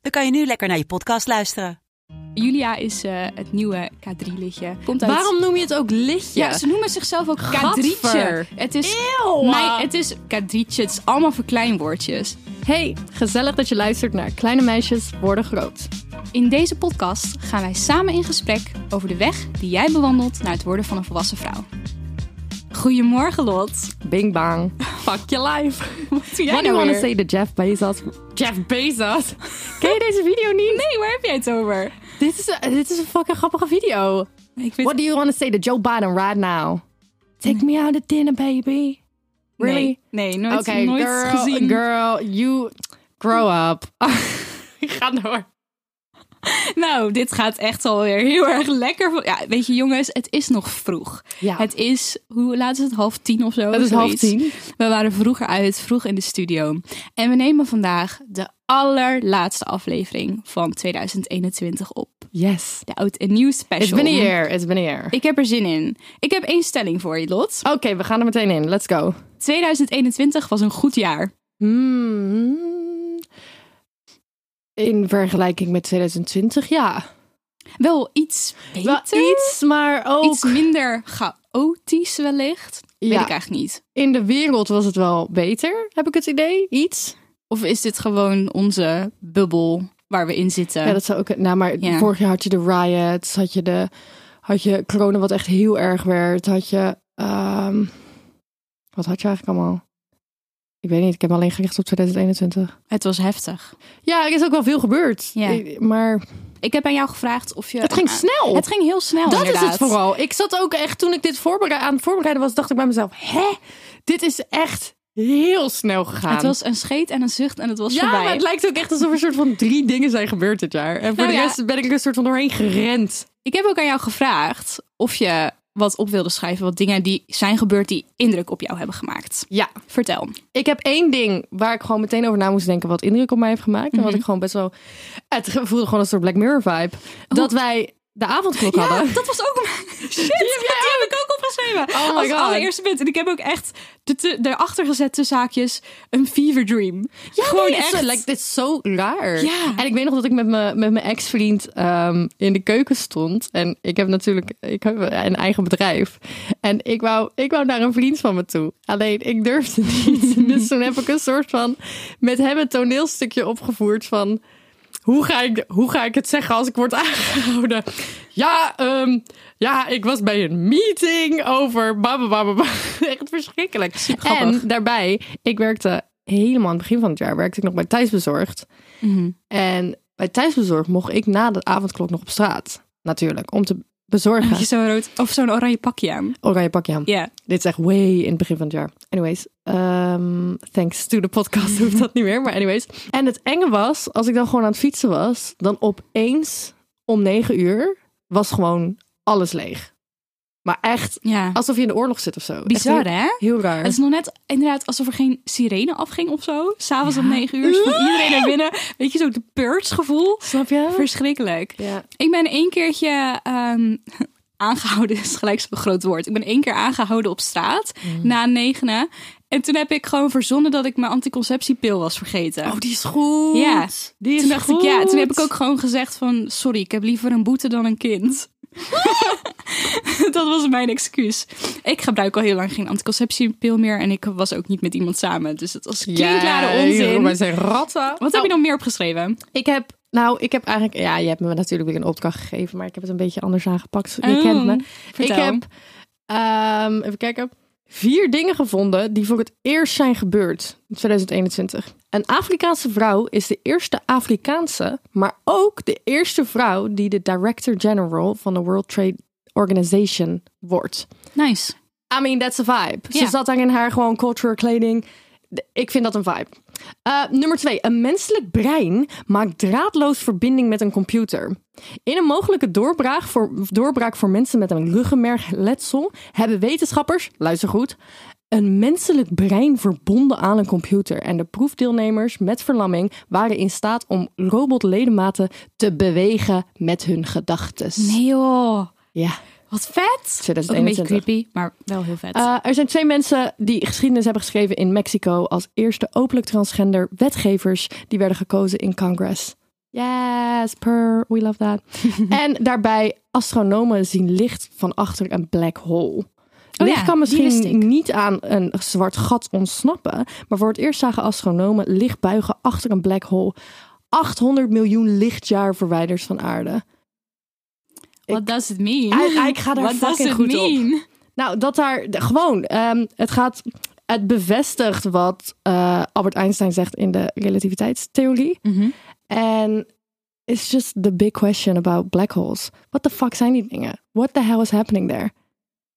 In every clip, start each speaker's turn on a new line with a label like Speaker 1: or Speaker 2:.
Speaker 1: dan kan je nu lekker naar je podcast luisteren.
Speaker 2: Julia is eh, het nieuwe K3-liedje. Komt uit...
Speaker 3: Waarom noem je het ook lichtje?
Speaker 2: Ja, ze noemen zichzelf ook
Speaker 3: Gadver.
Speaker 2: K3'tje. Het is... Mijn, het is K3'tje. Het is allemaal verkleinwoordjes.
Speaker 4: Hey, gezellig dat je luistert naar Kleine Meisjes Worden Groot.
Speaker 2: In deze podcast gaan wij samen in gesprek over de weg die jij bewandelt naar het worden van een volwassen vrouw. Goedemorgen, Lot.
Speaker 4: Bing bang. Fuck your life.
Speaker 2: Wat doe jij
Speaker 4: What do
Speaker 2: nou
Speaker 4: you wanna
Speaker 2: weer?
Speaker 4: say to Jeff Bezos? Jeff Bezos? Ken je deze video niet?
Speaker 2: Nee, waar heb jij het over?
Speaker 4: Dit is, een- dit is een fucking grappige video.
Speaker 2: Ik vind...
Speaker 4: What do you wanna say to Joe Biden right now? Take me out to dinner, baby.
Speaker 2: Nee,
Speaker 4: Really?
Speaker 2: Nee, nooit,
Speaker 4: Oké,
Speaker 2: nooit
Speaker 4: girl,
Speaker 2: gezien.
Speaker 4: girl, you grow up. Ga door.
Speaker 2: Nou, dit gaat echt alweer heel erg lekker. van- Ja, weet je jongens, het is nog vroeg.
Speaker 4: Ja.
Speaker 2: Het is, hoe laat is het? Half tien of zo?
Speaker 4: Het is
Speaker 2: zoiets.
Speaker 4: half tien.
Speaker 2: We waren vroeger uit, vroeg in de studio. En we nemen vandaag de allerlaatste aflevering van 2021 op.
Speaker 4: Yes.
Speaker 2: De oud en nieuw
Speaker 4: It's
Speaker 2: special.
Speaker 4: been a year, it's been a year.
Speaker 2: Ik heb er zin in. Ik heb één stelling voor je, Lot.
Speaker 4: Oké, we gaan er meteen in. Let's go.
Speaker 2: 2021 was een goed jaar.
Speaker 4: Hmm. In vergelijking met 2020, ja.
Speaker 2: Wel iets beter.
Speaker 4: Wel iets, maar ook
Speaker 2: Iets minder chaotisch wellicht. Weet
Speaker 4: Ja.
Speaker 2: ik eigenlijk niet.
Speaker 4: in de wereld was het wel beter, heb ik het idee. Iets.
Speaker 2: Of is dit gewoon onze bubbel waar we in zitten?
Speaker 4: Ja, dat zou ook. Nou, maar
Speaker 2: Ja.
Speaker 4: vorig jaar had je de riots, had je de, had je corona wat echt heel erg werd, had je. ehm, wat had je eigenlijk allemaal? Ik weet niet. Ik heb alleen gericht op 2021.
Speaker 2: Het was heftig.
Speaker 4: Ja, er is ook wel veel gebeurd.
Speaker 2: Ja.
Speaker 4: Ik- Maar
Speaker 2: Ik heb aan jou gevraagd of je...
Speaker 4: het ging
Speaker 2: Ah,
Speaker 4: snel.
Speaker 2: Het ging heel snel,
Speaker 4: Dat
Speaker 2: Oh, inderdaad.
Speaker 4: is het vooral. Ik zat ook echt, toen ik dit voorbere- aan het voorbereiden was, dacht ik bij mezelf: hè, dit is echt heel snel gegaan.
Speaker 2: Het was een scheet en een zucht en het was
Speaker 4: ja,
Speaker 2: voorbij.
Speaker 4: maar het lijkt ook echt alsof er soort van drie dingen zijn gebeurd dit jaar. En voor
Speaker 2: Nou
Speaker 4: de
Speaker 2: ja.
Speaker 4: rest ben ik er een soort van doorheen gerend.
Speaker 2: Ik heb ook aan jou gevraagd of je wat op wilde schrijven. Wat dingen die zijn gebeurd die indruk op jou hebben gemaakt.
Speaker 4: Ja,
Speaker 2: Vertel.
Speaker 4: ik heb één ding waar ik gewoon meteen over na moest denken wat indruk op mij heeft gemaakt.
Speaker 2: Mhm.
Speaker 4: En wat ik gewoon best wel... Het voelde gewoon een soort Black Mirror vibe. Dat wij de avondklok hadden.
Speaker 2: dat was ook... Shit, die heb ik ook opgeschreven.
Speaker 4: Oh my
Speaker 2: Als
Speaker 4: God.
Speaker 2: allereerste punt. En ik heb ook echt de te- daarachter gezet tussen haakjes een fever dream. Ja, gewoon
Speaker 4: Nee,
Speaker 2: echt.
Speaker 4: Het is, like, dit is zo raar.
Speaker 2: Ja.
Speaker 4: En ik weet nog dat ik met mijn met mijn ex-vriend ehm, in de keuken stond. En ik heb natuurlijk ik heb een eigen bedrijf. En ik wou, ik wou naar een vriend van me toe. Alleen ik durfde niet. dus toen heb ik een soort van met hem een toneelstukje opgevoerd van... Hoe ga, ik, hoe ga ik het zeggen als ik word aangehouden? Ja, ehm, ja, ik was bij een meeting over... bababababa. Echt verschrikkelijk.
Speaker 2: grappig.
Speaker 4: En daarbij, ik werkte helemaal aan het begin van het jaar... werkte ik nog bij Thuisbezorgd. En bij Thuisbezorgd mocht ik na de avondklok nog op straat. Natuurlijk, om te
Speaker 2: Had je
Speaker 4: bezorgen.
Speaker 2: zo'n rood of zo'n oranje pakje aan.
Speaker 4: Oranje pakje aan.
Speaker 2: Ja.
Speaker 4: Dit is echt way in het begin van het jaar. Anyways, ehm, thanks to de podcast hoeft dat niet meer. Maar anyways. En het enge was, als ik dan gewoon aan het fietsen was... dan opeens om negen uur was gewoon alles leeg. Maar Oh, echt,
Speaker 2: Ja.
Speaker 4: alsof je in de oorlog zit of zo. Echt
Speaker 2: Bizar,
Speaker 4: heel-
Speaker 2: hè?
Speaker 4: Heel raar.
Speaker 2: Het is nog net inderdaad alsof er geen sirene afging of zo. S'avonds om negen uur is van iedereen naar binnen. Weet je, zo de purge gevoel.
Speaker 4: Snap je?
Speaker 2: Verschrikkelijk.
Speaker 4: Ja.
Speaker 2: Ik ben één keertje ehm, aangehouden, is gelijk zo'n groot woord. Ik ben één keer aangehouden op straat
Speaker 4: Mm.
Speaker 2: na negenen. En toen heb ik gewoon verzonnen dat ik mijn anticonceptiepil was vergeten.
Speaker 4: Oh, die is goed.
Speaker 2: Ja.
Speaker 4: die is
Speaker 2: toen dacht
Speaker 4: goed.
Speaker 2: ik ja, toen heb ik ook gewoon gezegd van sorry, ik heb liever een boete dan een kind. dat was mijn excuus. Ik gebruik al heel lang geen anticonceptiepil meer en ik was ook niet met iemand samen. Dus het was klinkklare
Speaker 4: Ja,
Speaker 2: onzin.
Speaker 4: Maar zijn ratten. Nou,
Speaker 2: Wat heb je nog meer opgeschreven?
Speaker 4: Ik heb, nou, ik heb eigenlijk, ja, je hebt me natuurlijk weer een opdracht gegeven, maar ik heb het een beetje anders aangepakt. Je
Speaker 2: Oh,
Speaker 4: kent me.
Speaker 2: vertel.
Speaker 4: Ik heb, ehm, even kijken, vier dingen gevonden die voor het eerst zijn gebeurd in 2021. Een Afrikaanse vrouw is de eerste Afrikaanse, maar ook de eerste vrouw die de director-general van de World Trade Organization wordt.
Speaker 2: Nice.
Speaker 4: I mean, that's a vibe. Ze
Speaker 2: Ja.
Speaker 4: zat daar in haar gewoon cultural kleding. De- Ik vind dat een vibe. Eh, nummer twee. Een menselijk brein maakt draadloos verbinding met een computer. In een mogelijke doorbraak voor, doorbraak voor mensen met een ruggenmergletsel hebben wetenschappers, luister goed, een menselijk brein verbonden aan een computer. En de proefdeelnemers met verlamming waren in staat om robotledematen te bewegen met hun gedachten.
Speaker 2: Nee joh,
Speaker 4: Ja.
Speaker 2: wat vet. Ook een beetje
Speaker 4: 2021.
Speaker 2: creepy, maar wel heel vet.
Speaker 4: Eh, er zijn twee mensen die geschiedenis hebben geschreven in Mexico als eerste openlijk transgender wetgevers die werden gekozen in Congress. Yes, per, we love that. en daarbij astronomen zien licht van achter een black hole.
Speaker 2: Oh
Speaker 4: licht
Speaker 2: ja,
Speaker 4: kan
Speaker 2: die wist ik.
Speaker 4: misschien niet aan een zwart gat ontsnappen, maar voor het eerst zagen astronomen licht buigen achter een black hole 800 miljoen lichtjaar verwijderd van aarde.
Speaker 2: What does it mean?
Speaker 4: I- Ah, ik ga daar
Speaker 2: What does
Speaker 4: fucking
Speaker 2: it
Speaker 4: goed op.
Speaker 2: mean?
Speaker 4: Nou, dat daar de- gewoon. ehm, het gaat. Het bevestigt wat eh, Albert Einstein zegt in de relativiteitstheorie.
Speaker 2: Mhm.
Speaker 4: En it's just the big question about black holes. What the fuck zijn die dingen? What the hell is happening there?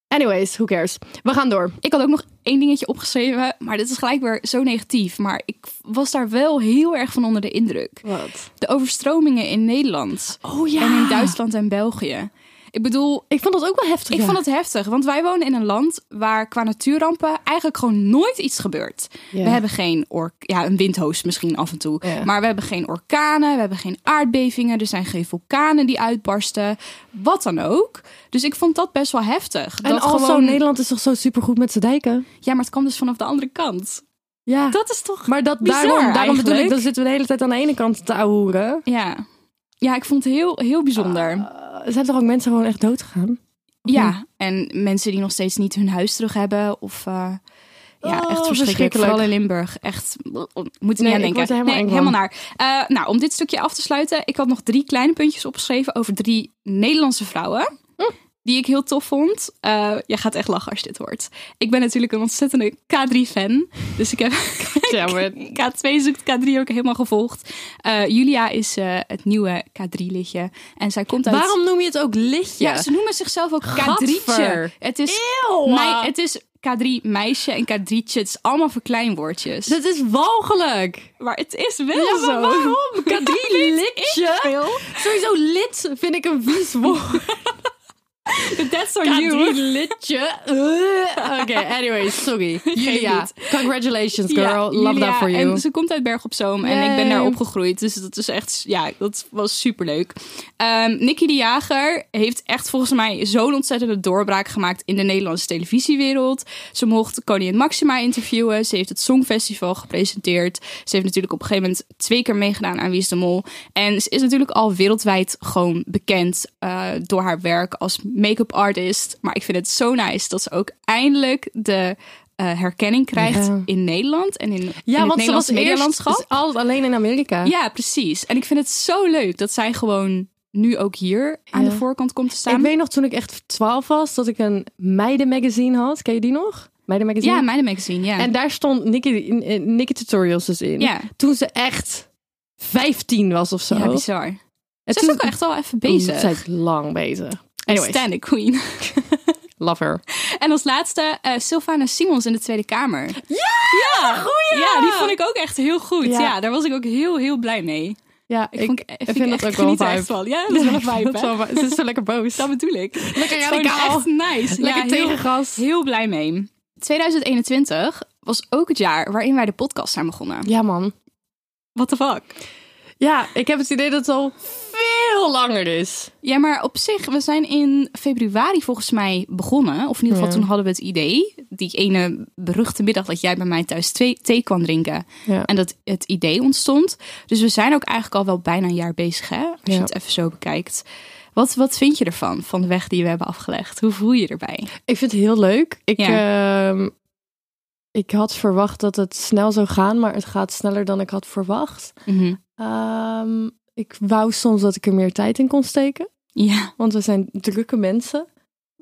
Speaker 4: Anyways, who cares? We gaan door.
Speaker 2: Ik had ook nog één dingetje opgeschreven, maar dit is gelijk weer zo negatief. Maar ik was daar wel heel erg van onder de indruk.
Speaker 4: Wat?
Speaker 2: De overstromingen in Nederland
Speaker 4: Oh ja.
Speaker 2: en in Duitsland en België. Ik bedoel,
Speaker 4: Ik vond dat ook wel heftig.
Speaker 2: ik
Speaker 4: ja.
Speaker 2: vond het heftig, want wij wonen in een land waar qua natuurrampen eigenlijk gewoon nooit iets gebeurt.
Speaker 4: Ja.
Speaker 2: We hebben geen ork ja, een windhoos misschien af en toe,
Speaker 4: Ja.
Speaker 2: maar we hebben geen orkanen, we hebben geen aardbevingen, er zijn geen vulkanen die uitbarsten, wat dan ook. Dus ik vond dat best wel heftig.
Speaker 4: En
Speaker 2: dat
Speaker 4: also,
Speaker 2: gewoon-
Speaker 4: Nederland is toch zo supergoed met zijn dijken?
Speaker 2: Ja, maar het kwam dus vanaf de andere kant.
Speaker 4: Ja.
Speaker 2: Dat is toch
Speaker 4: maar dat,
Speaker 2: bizar
Speaker 4: daarom, daarom bedoel ik,
Speaker 2: eigenlijk.
Speaker 4: dan zitten we de hele tijd aan de ene kant te ouwen.
Speaker 2: Ja. Ja, ik vond het heel, heel bijzonder.
Speaker 4: Zijn toch ook mensen gewoon echt dood gegaan?
Speaker 2: ja, en mensen die nog steeds niet hun huis terug hebben. Of eh, ja,
Speaker 4: Oh,
Speaker 2: echt verschrikkelijk.
Speaker 4: verschrikkelijk.
Speaker 2: Vooral in Limburg. Echt, moet er
Speaker 4: Nee,
Speaker 2: niet
Speaker 4: ik
Speaker 2: aan
Speaker 4: word
Speaker 2: denken.
Speaker 4: er helemaal
Speaker 2: Nee,
Speaker 4: eng van.
Speaker 2: helemaal naar. Eh, nou, om dit stukje af te sluiten. Ik had nog drie kleine puntjes opgeschreven over drie Nederlandse vrouwen. Die ik heel tof vond. Eh jij gaat echt lachen als je dit hoort. Ik ben natuurlijk een ontzettende K3-fan. Dus ik heb K2 zoekt K3 ook helemaal gevolgd. Eh, Julia is eh, het nieuwe K3-liedje. En zij komt uit...
Speaker 4: Waarom noem je het ook lichtje?
Speaker 2: Ja, ze noemen zichzelf ook
Speaker 4: Gadver.
Speaker 2: K3'tje. Het is,
Speaker 4: Eeuw.
Speaker 2: mei- het is K3 meisje en K3'tje. Het is allemaal verkleinwoordjes.
Speaker 4: Dit is walgelijk.
Speaker 2: maar het is wel
Speaker 4: Ja, maar
Speaker 2: zo.
Speaker 4: waarom? K3 litje?
Speaker 2: Veel.
Speaker 4: Sowieso lid vind ik een vies woord.
Speaker 2: That's on
Speaker 4: K3
Speaker 2: you.
Speaker 4: litje? Ugh. Oké, anyway, sorry. Julia,
Speaker 2: niet.
Speaker 4: congratulations girl.
Speaker 2: Ja,
Speaker 4: Love
Speaker 2: Julia.
Speaker 4: that for you.
Speaker 2: En ze komt uit Berg op Zoom en ik ben
Speaker 4: Yay.
Speaker 2: daar opgegroeid. Dus dat is echt, ja, dat was superleuk. Ehm Nicky de Jager heeft echt volgens mij zo'n ontzettende doorbraak gemaakt in de Nederlandse televisiewereld. Ze mocht Koningin Maxima interviewen. Ze heeft het Songfestival gepresenteerd. Ze heeft natuurlijk op een gegeven moment twee keer meegedaan aan Wie is de Mol. En ze is natuurlijk al wereldwijd gewoon bekend eh, door haar werk als make-up artist. Maar ik vind het zo nice dat ze ook eindelijk de eh, herkenning krijgt
Speaker 4: Ja.
Speaker 2: in Nederland en in, in
Speaker 4: ja,
Speaker 2: het
Speaker 4: want ze was
Speaker 2: Nederlandse
Speaker 4: eerst
Speaker 2: medialandschap.
Speaker 4: al alleen in Amerika.
Speaker 2: Ja, precies. En ik vind het zo leuk dat zij gewoon nu ook hier aan
Speaker 4: Ja.
Speaker 2: de voorkant komt te
Speaker 4: Ik
Speaker 2: staan.
Speaker 4: weet nog toen ik echt 12 was dat ik een meidenmagazine had. Ken je die nog? Meidenmagazine?
Speaker 2: ja, mijn magazine, ja.
Speaker 4: En daar stond Nicky, eh, Nicky Tutorials dus in.
Speaker 2: Ja.
Speaker 4: Toen ze echt 15 was of zo.
Speaker 2: ja, bizar.
Speaker 4: En
Speaker 2: Ze
Speaker 4: toen-
Speaker 2: is ook echt al even bezig.
Speaker 4: Oh, Zij is lang bezig. Anyways,
Speaker 2: Standing queen.
Speaker 4: love her.
Speaker 2: En als laatste eh Sylvana Simons in de Tweede Kamer.
Speaker 4: Ja!
Speaker 2: Ja,
Speaker 4: goeie!
Speaker 2: Ja, die vond ik ook echt heel goed.
Speaker 4: Ja.
Speaker 2: Ja, daar was ik ook heel, heel blij mee.
Speaker 4: Ja,
Speaker 2: Ik,
Speaker 4: ik,
Speaker 2: vond,
Speaker 4: ik
Speaker 2: ik
Speaker 4: vind dat
Speaker 2: echt-
Speaker 4: ook wel een
Speaker 2: geniet er echt
Speaker 4: vibe.
Speaker 2: van. Ja, dat is wel een
Speaker 4: Ja, ik
Speaker 2: vibe,
Speaker 4: vind
Speaker 2: hè?
Speaker 4: dat wel een vibe. Ze is zo lekker boos.
Speaker 2: Dat bedoel ik.
Speaker 4: Lekker
Speaker 2: Het is gewoon echt nice.
Speaker 4: Lekker
Speaker 2: ja, heel-
Speaker 4: tegengas.
Speaker 2: heel blij mee. 2021 was ook het jaar waarin wij de podcast zijn begonnen.
Speaker 4: Ja, man.
Speaker 2: What the fuck?
Speaker 4: Ja, ik heb het idee dat het al veel langer dus. is.
Speaker 2: Ja, maar op zich, we zijn in februari volgens mij begonnen. Of in ieder geval toen hadden we het idee. Die ene beruchte middag dat jij bij mij thuis thee, thee kwam drinken.
Speaker 4: Ja.
Speaker 2: En dat het idee ontstond. Dus we zijn ook eigenlijk al wel bijna een jaar bezig, hè? Als je
Speaker 4: Ja.
Speaker 2: het even zo bekijkt. Wat, wat vind je ervan, van de weg die we hebben afgelegd? Hoe voel je je erbij?
Speaker 4: Ik vind het heel leuk. Ik, ehm, ik had verwacht dat het snel zou gaan, maar het gaat sneller dan ik had verwacht.
Speaker 2: Mhm.
Speaker 4: Ehm, ik wou soms dat ik er meer tijd in kon steken,
Speaker 2: Ja,
Speaker 4: want we zijn drukke mensen.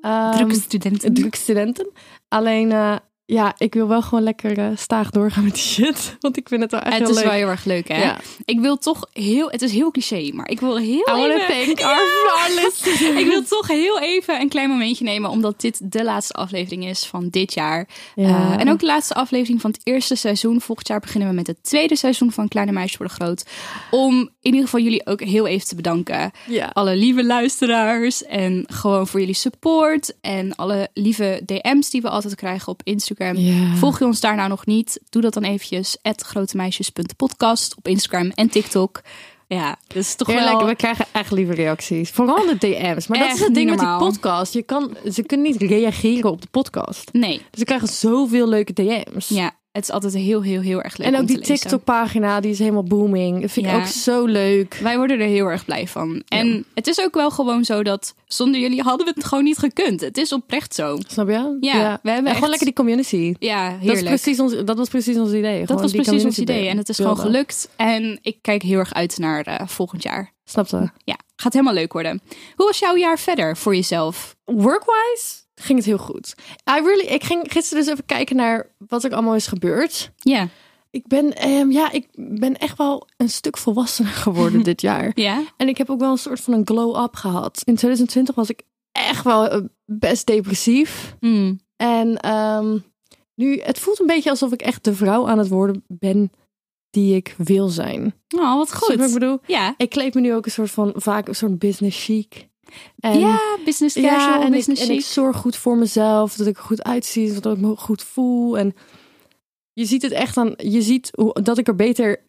Speaker 4: Ehm,
Speaker 2: drukke studenten.
Speaker 4: drukke studenten. Alleen, eh, ja, ik wil wel gewoon lekker eh, staag doorgaan met die shit. Want ik vind het wel echt
Speaker 2: het
Speaker 4: heel
Speaker 2: is
Speaker 4: leuk.
Speaker 2: wel heel erg leuk, hè?
Speaker 4: Ja.
Speaker 2: Ik wil toch heel... Het is heel cliché, maar ik wil heel
Speaker 4: I want to
Speaker 2: even...
Speaker 4: thank our flawless.
Speaker 2: Ik wil toch heel even een klein momentje nemen, omdat dit de laatste aflevering is van dit jaar.
Speaker 4: Ja.
Speaker 2: Eh, en ook de laatste aflevering van het eerste seizoen. Volgend jaar beginnen we met het tweede seizoen van Kleine Meisjes worden groot. Om in ieder geval jullie ook heel even te bedanken. Eh,
Speaker 4: Ja.
Speaker 2: Alle lieve luisteraars en gewoon voor jullie support en alle lieve DM's die we altijd krijgen op Instagram.
Speaker 4: Ja.
Speaker 2: Volg je ons daar nou nog niet? Doe dat dan eventjes. grotemeisjes.podcast op Instagram en TikTok. Ja, dat is toch
Speaker 4: Heerlijk,
Speaker 2: wel...
Speaker 4: we krijgen echt lieve reacties. Vooral de DM's. Maar dat
Speaker 2: Echt
Speaker 4: is het ding
Speaker 2: niet
Speaker 4: met die
Speaker 2: normaal.
Speaker 4: podcast. Je kan, ze kunnen niet reageren op de podcast.
Speaker 2: Nee,
Speaker 4: Dus we krijgen zoveel leuke DM's.
Speaker 2: Ja, het is altijd heel, heel, heel erg leuk.
Speaker 4: en ook
Speaker 2: om te
Speaker 4: die
Speaker 2: lezen.
Speaker 4: TikTok-pagina, die is helemaal booming. Dat vind ik
Speaker 2: Ja.
Speaker 4: ook zo leuk.
Speaker 2: Wij worden er heel erg blij van. En het is ook wel gewoon zo dat zonder jullie hadden we het gewoon niet gekund. Het is oprecht zo.
Speaker 4: Snap je?
Speaker 2: Ja, we hebben
Speaker 4: en
Speaker 2: echt-
Speaker 4: gewoon lekker die community.
Speaker 2: Ja, heerlijk.
Speaker 4: Dat, is precies ons, dat was precies ons idee.
Speaker 2: Dat
Speaker 4: Gewoon
Speaker 2: was
Speaker 4: die
Speaker 2: precies ons
Speaker 4: community
Speaker 2: idee.
Speaker 4: builden.
Speaker 2: En het is gewoon gelukt. En ik kijk heel erg uit naar eh, volgend jaar.
Speaker 4: Snapte.
Speaker 2: Ja, gaat helemaal leuk worden. Hoe was jouw jaar verder voor jezelf?
Speaker 4: Workwise ging het heel goed. I really, ik ging gisteren dus even kijken naar wat er allemaal is gebeurd.
Speaker 2: Ja.
Speaker 4: Ik ben, ehm, ja, ik ben echt wel een stuk volwassener geworden dit jaar.
Speaker 2: Ja?
Speaker 4: En ik heb ook wel een soort van een glow-up gehad. In 2020 was ik echt wel eh, best depressief.
Speaker 2: Mm.
Speaker 4: En ehm, nu, het voelt een beetje alsof ik echt de vrouw aan het worden ben die ik wil zijn.
Speaker 2: Oh, wat
Speaker 4: Snap je wat ik
Speaker 2: goed.
Speaker 4: bedoel,
Speaker 2: Ja.
Speaker 4: ik kleed me nu ook een soort van, vaak een soort business chic. En,
Speaker 2: ja, business
Speaker 4: ja,
Speaker 2: casual,
Speaker 4: en,
Speaker 2: business
Speaker 4: ik, en ik
Speaker 2: chic.
Speaker 4: zorg goed voor mezelf, dat ik er goed uitzie, dat ik me goed voel. En je ziet het echt aan, je ziet hoe, dat ik er beter,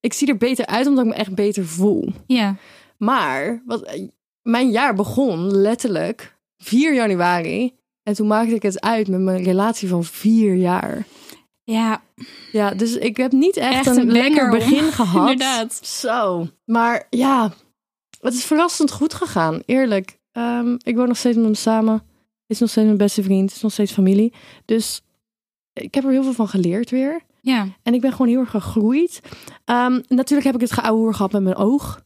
Speaker 4: ik zie er beter uit omdat ik me echt beter voel.
Speaker 2: Ja.
Speaker 4: Maar wat, mijn jaar begon letterlijk 4 januari. En toen maakte ik het uit met mijn relatie van vier jaar.
Speaker 2: Ja,
Speaker 4: Ja, dus ik heb niet echt,
Speaker 2: Echt
Speaker 4: een,
Speaker 2: een
Speaker 4: lekker
Speaker 2: banger,
Speaker 4: begin gehad.
Speaker 2: inderdaad.
Speaker 4: Zo. Maar ja, het is verrassend goed gegaan. Eerlijk. Ehm, ik woon nog steeds met hem samen. Is nog steeds mijn beste vriend. Is nog steeds familie. Dus ik heb er heel veel van geleerd weer.
Speaker 2: ja.
Speaker 4: En ik ben gewoon heel erg gegroeid. Ehm, natuurlijk heb ik het geouwehoer gehad met mijn oog.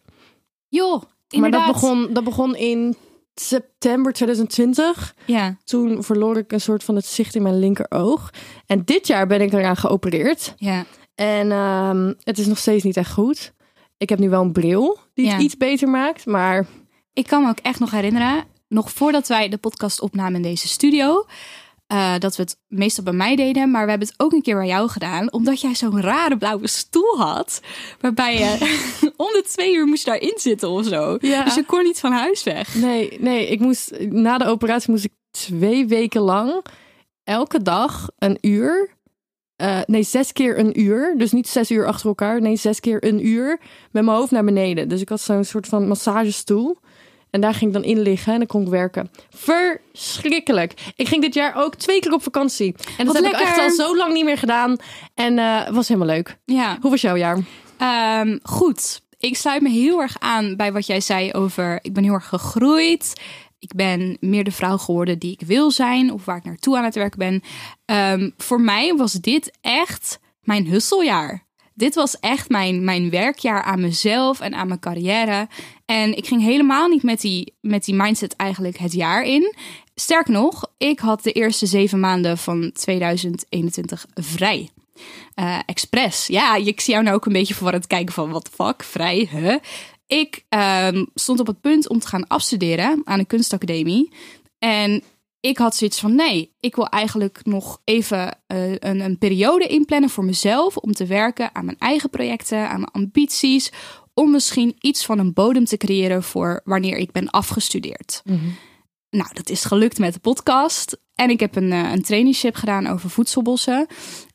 Speaker 2: Joh, inderdaad.
Speaker 4: Maar dat begon, dat begon in september 2020.
Speaker 2: Ja,
Speaker 4: Toen verloor ik een soort van het zicht in mijn linkeroog. En dit jaar ben ik eraan geopereerd.
Speaker 2: ja.
Speaker 4: En ehm, het is nog steeds niet echt goed. Ik heb nu wel een bril die het
Speaker 2: Ja.
Speaker 4: iets beter maakt. Maar
Speaker 2: Ik kan me ook echt nog herinneren, nog voordat wij de podcast opnamen in deze studio, eh, dat we het meestal bij mij deden, maar we hebben het ook een keer bij jou gedaan, omdat jij zo'n rare blauwe stoel had, waarbij je om de twee uur moest daarin zitten of zo.
Speaker 4: Ja.
Speaker 2: Dus je kon niet van huis weg.
Speaker 4: nee, nee ik moest, na de operatie moest ik twee weken lang elke dag een uur. eh, nee, zes keer een uur. Dus niet zes uur achter elkaar. Nee, zes keer een uur. Met mijn hoofd naar beneden. Dus ik had zo'n soort van massagestoel. En daar ging ik dan in liggen en dan kon ik werken. Verschrikkelijk. Ik ging dit jaar ook twee keer op vakantie. En dat
Speaker 2: Wat
Speaker 4: heb ik echt
Speaker 2: lekker.
Speaker 4: al zo lang niet meer gedaan. En eh, het was helemaal leuk.
Speaker 2: Ja.
Speaker 4: Hoe was jouw jaar?
Speaker 2: Ehm, goed, ik sluit me heel erg aan bij wat jij zei over ik ben heel erg gegroeid. Ik ben meer de vrouw geworden die ik wil zijn of waar ik naartoe aan het werk ben. Ehm, voor mij was dit echt mijn husseljaar. Dit was echt mijn, mijn werkjaar aan mezelf en aan mijn carrière. En ik ging helemaal niet met die, met die mindset eigenlijk het jaar in. Sterk nog, ik had de eerste zeven maanden van 2021 vrij. Eh, expres. Ja, ik zie jou nou ook een beetje verwarrend kijken van wat fuck, vrij, hè? Ik ehm, stond op het punt om te gaan afstuderen aan een kunstacademie. En ik had zoiets van nee, ik wil eigenlijk nog even eh, een, een periode inplannen voor mezelf om te werken aan mijn eigen projecten, aan mijn ambities. Om misschien iets van een bodem te creëren voor wanneer ik ben afgestudeerd. Nou, dat is gelukt met de podcast. En ik heb een, eh, een traineeship gedaan over voedselbossen.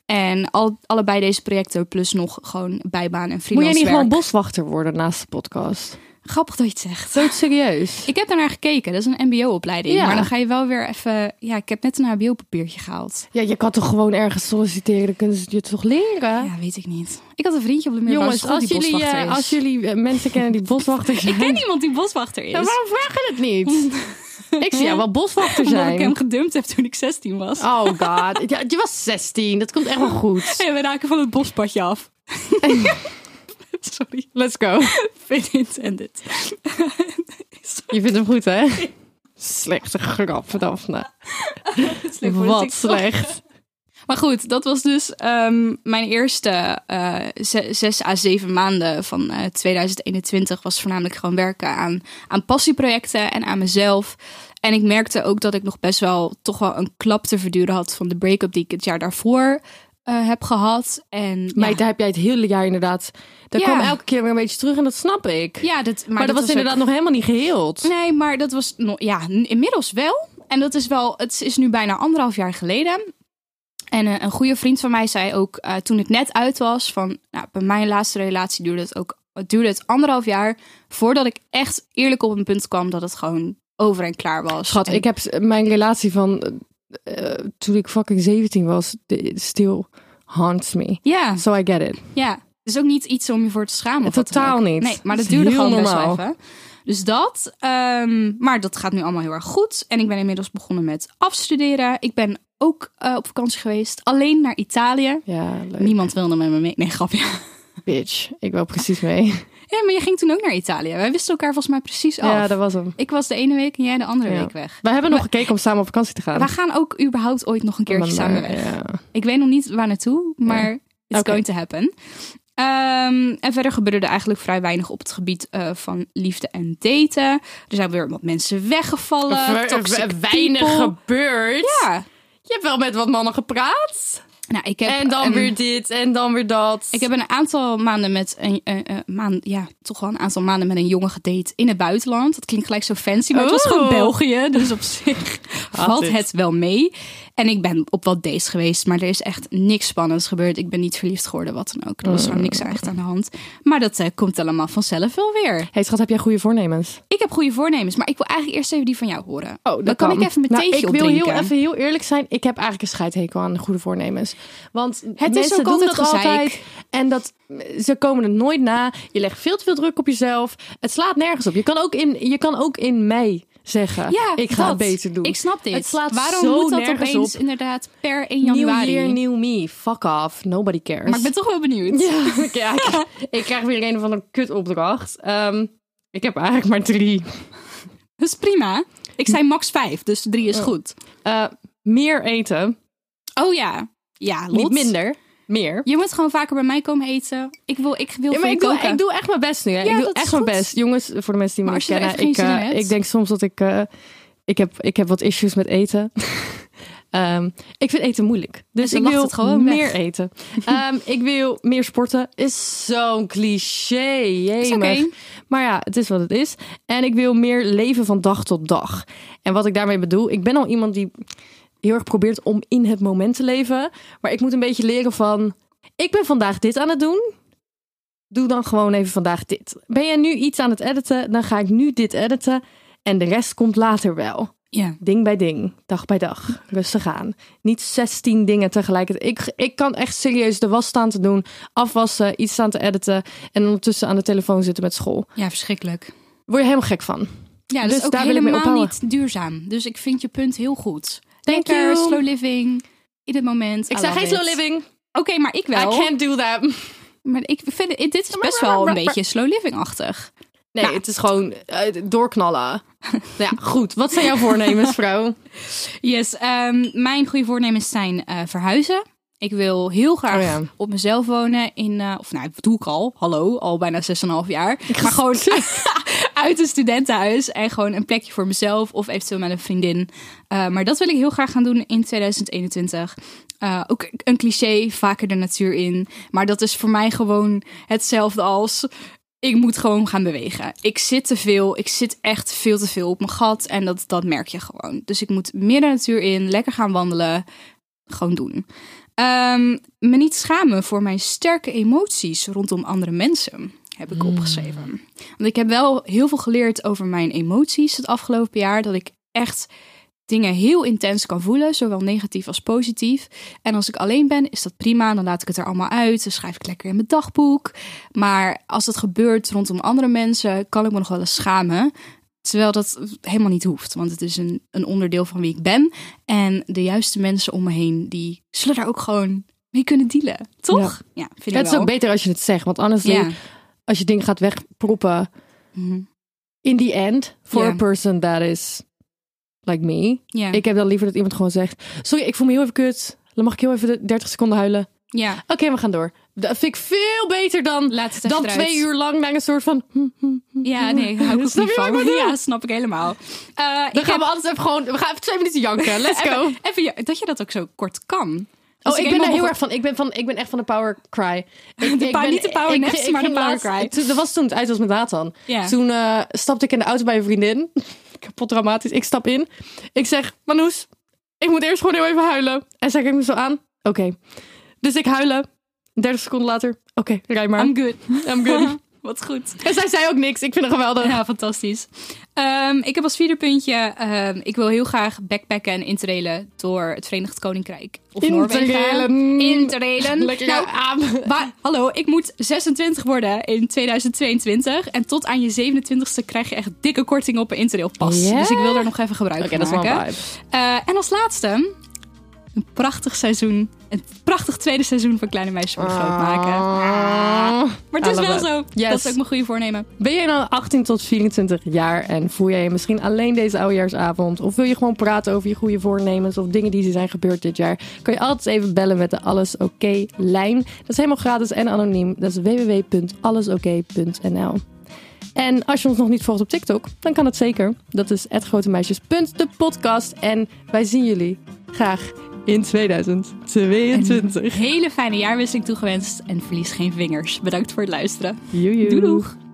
Speaker 2: En al, allebei deze projecten, plus nog gewoon bijbaan en freelance
Speaker 4: Moet jij niet
Speaker 2: werk.
Speaker 4: gewoon boswachter worden naast de podcast?
Speaker 2: Grappig dat je het zegt.
Speaker 4: Zo serieus.
Speaker 2: Ik heb daarnaar gekeken. Dat is een mbo-opleiding.
Speaker 4: Ja.
Speaker 2: Maar dan ga je wel weer even... Ja, ik heb net een hbo-papiertje gehaald.
Speaker 4: Ja, je kan toch gewoon ergens solliciteren, dan kunnen ze het je toch leren?
Speaker 2: Ja, weet ik niet. Ik had een vriendje op de middelbare
Speaker 4: Jongens,
Speaker 2: school
Speaker 4: als
Speaker 2: die
Speaker 4: jullie,
Speaker 2: boswachter
Speaker 4: eh,
Speaker 2: is.
Speaker 4: als jullie eh, mensen kennen die boswachter zijn,
Speaker 2: Ik ken iemand die boswachter is.
Speaker 4: dan waarom vragen het niet? ik zie jou wel boswachter
Speaker 2: Omdat ik hem
Speaker 4: zijn.
Speaker 2: gedumpt heb toen ik 16 was.
Speaker 4: Oh god, ja, je was 16, dat komt echt wel goed.
Speaker 2: Hey, we raken van het bospadje af. Sorry,
Speaker 4: Let's go.
Speaker 2: pun intended.
Speaker 4: Je vindt hem goed, hè? Slechte grap, Daphne.
Speaker 2: Het is leuk voor de
Speaker 4: Wat
Speaker 2: TikTok.
Speaker 4: slecht.
Speaker 2: Maar goed, dat was dus ehm, mijn eerste eh, ze- zes à zeven maanden van eh, 2021. Was voornamelijk gewoon werken aan, aan passieprojecten en aan mezelf. En ik merkte ook dat ik nog best wel toch wel een klap te verduren had van de break-up die ik het jaar daarvoor eh, heb gehad. En
Speaker 4: Maar
Speaker 2: ja,
Speaker 4: daar heb jij het hele jaar inderdaad. Dat
Speaker 2: Ja.
Speaker 4: kwam elke keer weer een beetje terug en dat snap ik.
Speaker 2: ja, dat, maar,
Speaker 4: maar, dat was
Speaker 2: ook-
Speaker 4: inderdaad nog helemaal niet geheeld.
Speaker 2: Nee, maar dat was nog, ja, n- inmiddels wel. En dat is wel, het is nu bijna anderhalf jaar geleden. En eh, een goede vriend van mij zei ook eh, toen het net uit was: van nou, bij mijn laatste relatie duurde het ook het duurde het anderhalf jaar voordat ik echt eerlijk op een punt kwam dat het gewoon over en klaar was.
Speaker 4: Schat,
Speaker 2: En-
Speaker 4: ik heb s- mijn relatie van eh, eh, toen ik fucking 17 was, de- still haunts me.
Speaker 2: Ja,
Speaker 4: So I get it.
Speaker 2: ja. Het is ook niet iets om je voor te schamen. of wat dan
Speaker 4: Totaal
Speaker 2: ook.
Speaker 4: niet.
Speaker 2: Nee, maar dat
Speaker 4: Het is
Speaker 2: duurde
Speaker 4: heel
Speaker 2: gewoon
Speaker 4: normaal.
Speaker 2: best wel even. Dus dat. ehm, maar dat gaat nu allemaal heel erg goed. En ik ben inmiddels begonnen met afstuderen. Ik ben ook eh, op vakantie geweest. Alleen naar Italië.
Speaker 4: Ja, leuk.
Speaker 2: Niemand wilde met me mee. Nee, grapje.
Speaker 4: Bitch, ik wil precies mee.
Speaker 2: Ja, maar je ging toen ook naar Italië. Wij wisten elkaar volgens mij precies af.
Speaker 4: Ja, dat was hem.
Speaker 2: Ik was de ene week en jij de andere
Speaker 4: Ja.
Speaker 2: week weg.
Speaker 4: We hebben nog gekeken om samen op vakantie te gaan.
Speaker 2: We gaan ook überhaupt ooit nog een keertje
Speaker 4: Maar-
Speaker 2: samen weg.
Speaker 4: ja.
Speaker 2: Ik weet nog niet waar naartoe, maar it's
Speaker 4: Oké.
Speaker 2: going to happen. Ehm, en verder gebeurde er eigenlijk vrij weinig op het gebied eh, van liefde en daten. Er zijn weer wat mensen weggevallen.
Speaker 4: Ver-
Speaker 2: toxic
Speaker 4: ver- weinig
Speaker 2: people.
Speaker 4: gebeurd.
Speaker 2: Ja.
Speaker 4: Je hebt wel met wat mannen gepraat.
Speaker 2: Nou, ik heb,
Speaker 4: en dan
Speaker 2: ehm,
Speaker 4: weer dit en dan weer dat.
Speaker 2: Ik heb een aantal maanden met een eh, eh, maan, ja, toch wel een aantal maanden met een jongen gedate in het buitenland. Dat klinkt gelijk zo fancy, maar het was
Speaker 4: Oh.
Speaker 2: gewoon België, dus op zich valt
Speaker 4: it.
Speaker 2: het wel mee. En ik ben op wat dates geweest, maar er is echt niks spannends gebeurd. Ik ben niet verliefd geworden, wat dan ook. Er was
Speaker 4: Oh.
Speaker 2: gewoon niks echt aan de hand. Maar dat eh, komt allemaal vanzelf wel weer.
Speaker 4: Hey schat, heb jij goede voornemens?
Speaker 2: Ik heb goede voornemens, maar ik wil eigenlijk eerst even die van jou horen.
Speaker 4: dat
Speaker 2: dan kan, ik even mijn
Speaker 4: Nou,
Speaker 2: theetje
Speaker 4: Ik wil
Speaker 2: opdrinken.
Speaker 4: heel even heel eerlijk zijn. Ik heb eigenlijk een scheidhekel aan goede voornemens. Want
Speaker 2: Het is
Speaker 4: mensen
Speaker 2: ook
Speaker 4: doen
Speaker 2: altijd
Speaker 4: dat
Speaker 2: gezeik.
Speaker 4: altijd. En dat, ze komen het nooit na. Je legt veel te veel druk op jezelf. Het slaat nergens op. Je kan ook in, je kan ook in mei zeggen,
Speaker 2: Ja,
Speaker 4: ik ga het
Speaker 2: dat.
Speaker 4: beter doen.
Speaker 2: Ik snap dit.
Speaker 4: Het slaat
Speaker 2: Waarom
Speaker 4: zo
Speaker 2: moet dat
Speaker 4: nergens
Speaker 2: opeens
Speaker 4: op.
Speaker 2: inderdaad per 1
Speaker 4: New
Speaker 2: januari?
Speaker 4: year, new me. Fuck off. Nobody cares.
Speaker 2: maar ik ben toch wel benieuwd.
Speaker 4: Ja, ik, ja, ik, ik krijg weer een van een kutopdracht. Ehm, ik heb eigenlijk maar drie.
Speaker 2: Dat is prima. Ik zei max 5, dus 3 is goed.
Speaker 4: Eh, meer eten.
Speaker 2: Oh ja. Ja, Lot.
Speaker 4: Niet minder. Meer.
Speaker 2: Je moet gewoon vaker bij mij komen eten. Ik wil, ik wil
Speaker 4: Ja, maar
Speaker 2: voor je
Speaker 4: ik doe,
Speaker 2: koken.
Speaker 4: ik doe echt mijn best nu. Hè.
Speaker 2: Ja,
Speaker 4: ik doe
Speaker 2: dat is
Speaker 4: echt mijn
Speaker 2: goed.
Speaker 4: best. Jongens, voor de mensen die me
Speaker 2: Maar
Speaker 4: niet
Speaker 2: als je er
Speaker 4: kennen.
Speaker 2: echt
Speaker 4: Ik,
Speaker 2: geen zin in
Speaker 4: eh,
Speaker 2: hebt?
Speaker 4: ik denk soms dat ik... eh, ik, heb, ik heb wat issues met eten. Ehm, ik vind eten moeilijk. Dus
Speaker 2: ze
Speaker 4: ik
Speaker 2: lacht
Speaker 4: wil
Speaker 2: het gewoon weg.
Speaker 4: meer eten. Ehm, ik wil meer sporten. Is zo'n cliché. Jemig.
Speaker 2: oké.
Speaker 4: Maar ja, het is wat het is. En ik wil meer leven van dag tot dag. En wat ik daarmee bedoel, ik ben al iemand die heel erg probeert om in het moment te leven. Maar ik moet een beetje leren van, ik ben vandaag dit aan het doen. Doe dan gewoon even vandaag dit. Ben je nu iets aan het editen, dan ga ik nu dit editen. En de rest komt later wel.
Speaker 2: Ja.
Speaker 4: Ding bij ding, dag bij dag, rustig aan. Niet 16 dingen tegelijkertijd. Ik, ik kan echt serieus de was staan te doen, afwassen, iets staan te editen en ondertussen aan de telefoon zitten met school.
Speaker 2: ja, verschrikkelijk.
Speaker 4: Word je helemaal gek van.
Speaker 2: Ja, dat
Speaker 4: Dus
Speaker 2: is ook
Speaker 4: daar wil ik mee
Speaker 2: helemaal
Speaker 4: ophouden.
Speaker 2: niet duurzaam. Dus ik vind je punt heel goed.
Speaker 4: Thank
Speaker 2: Lekker,
Speaker 4: you.
Speaker 2: slow living, in het moment.
Speaker 4: Ik
Speaker 2: I
Speaker 4: zei
Speaker 2: love
Speaker 4: geen slow
Speaker 2: it.
Speaker 4: living. Nou.
Speaker 2: Oké, maar ik wel.
Speaker 4: I can't do that.
Speaker 2: Maar ik vind, het- dit is best wel een beetje slow living-achtig.
Speaker 4: Nee, het is gewoon eh, doorknallen. Nou ja, goed. Wat zijn jouw voornemens, vrouw?
Speaker 2: Yes, ehm, mijn goede voornemens zijn eh, verhuizen. Ik wil heel graag
Speaker 4: Oh ja.
Speaker 2: op mezelf wonen in, eh, of nou, dat doe ik al, hallo, al bijna 6,5 jaar. Maar gewoon uit een studentenhuis en gewoon een plekje voor mezelf of eventueel met een vriendin. Eh, maar dat wil ik heel graag gaan doen in 2021. Eh, ook een cliché, vaker de natuur in. Maar dat is voor mij gewoon hetzelfde als ik moet gewoon gaan bewegen. Ik zit te veel. Ik zit echt veel te veel op mijn gat. En dat, dat merk je gewoon. Dus ik moet meer de natuur in. Lekker gaan wandelen. Gewoon doen. Ehm, me niet schamen voor mijn sterke emoties rondom andere mensen. Heb ik opgeschreven. Want ik heb wel heel veel geleerd over mijn emoties het afgelopen jaar. Dat ik echt dingen heel intens kan voelen, zowel negatief als positief. En als ik alleen ben, is dat prima. Dan laat ik het er allemaal uit. Dan schrijf ik het lekker in mijn dagboek. Maar als dat gebeurt rondom andere mensen, kan ik me nog wel eens schamen. Terwijl dat helemaal niet hoeft, want het is een, een onderdeel van wie ik ben. En de juiste mensen om me heen, die zullen daar ook gewoon mee kunnen dealen. Toch? Ja, vind ik
Speaker 4: Het is
Speaker 2: wel.
Speaker 4: ook beter als je het zegt, want anders
Speaker 2: Ja.
Speaker 4: als je dingen gaat wegproppen,
Speaker 2: Mhm.
Speaker 4: in the end, for
Speaker 2: Ja.
Speaker 4: a person that is like me,
Speaker 2: Ja.
Speaker 4: Ik heb dan liever dat iemand gewoon zegt: Sorry, ik voel me heel even kut. Dan mag ik heel even de 30 seconden huilen.
Speaker 2: Ja,
Speaker 4: Oké, we gaan door. Dat vind ik veel beter dan,
Speaker 2: laat het even
Speaker 4: dan
Speaker 2: eruit.
Speaker 4: twee uur lang naar een soort van... hm, hm.
Speaker 2: Ja, nee, hou ik ook
Speaker 4: Snap
Speaker 2: niet
Speaker 4: je wat ik
Speaker 2: van.
Speaker 4: bedoel?
Speaker 2: Ja, snap ik helemaal. Eh, ik
Speaker 4: Dan gaan
Speaker 2: heb-
Speaker 4: we altijd even gewoon... We gaan even twee minuten janken. Let's go.
Speaker 2: Even, even ja, dat je dat ook zo kort kan.
Speaker 4: Oh, ik ben daar
Speaker 2: daar
Speaker 4: heel erg van. Ik ben, van, ik ben echt van de power cry. Ik, ik
Speaker 2: pa-
Speaker 4: ben-
Speaker 2: niet de power naps,
Speaker 4: ging
Speaker 2: maar de power
Speaker 4: laatst-
Speaker 2: cry.
Speaker 4: Toen, dat was toen het uit was met Nathan.
Speaker 2: Ja.
Speaker 4: Toen eh, stapte ik in de auto bij een vriendin. Kapot dramatisch. Ik stap in. Ik zeg, Manoes, ik moet eerst gewoon heel even huilen. En zij kijkt me zo aan. Oké. Dus ik huilen. 30 seconden later. Oké, rij maar.
Speaker 2: I'm good.
Speaker 4: I'm good.
Speaker 2: Wat goed.
Speaker 4: en zij zei ook niks. Ik vind het geweldig.
Speaker 2: Ja, fantastisch. Ehm, ik heb als vierde puntje... ehm, ik wil heel graag backpacken en interrailen door het Verenigd Koninkrijk. Of
Speaker 4: Interrailen.
Speaker 2: Noorwegen. Interrailen.
Speaker 4: Lekker
Speaker 2: Nou,
Speaker 4: jouw aan.
Speaker 2: Maar hallo, ik moet 26 worden in 2022. En tot aan je 27ste krijg je echt dikke korting op een interrailpas.
Speaker 4: Ja?
Speaker 2: Dus ik wil daar nog even gebruik
Speaker 4: Oké,
Speaker 2: van
Speaker 4: dat is wel
Speaker 2: maken.
Speaker 4: een vibe.
Speaker 2: Eh, en als laatste, een prachtig seizoen. Een prachtig tweede seizoen van Kleine Meisjes voor Groot maken.
Speaker 4: Ah.
Speaker 2: Maar het is
Speaker 4: I love
Speaker 2: wel
Speaker 4: it.
Speaker 2: zo.
Speaker 4: Yes.
Speaker 2: Dat is ook mijn goede voornemen.
Speaker 4: Ben jij nou 18 tot 24 jaar en voel jij je misschien alleen deze oudejaarsavond? Of wil je gewoon praten over je goede voornemens of dingen die zijn gebeurd dit jaar? Kan je altijd even bellen met de Alles Oké lijn. Dat is helemaal gratis en anoniem. Dat is www.allesoké.nl En als je ons nog niet volgt op TikTok, dan kan dat zeker. Dat is @grotemeisjes.depodcast En wij zien jullie graag in 2022.
Speaker 2: Hele fijne jaarwisseling toegewenst en verlies geen vingers. Bedankt voor het luisteren.
Speaker 4: Joejoe.
Speaker 2: Doei doeg.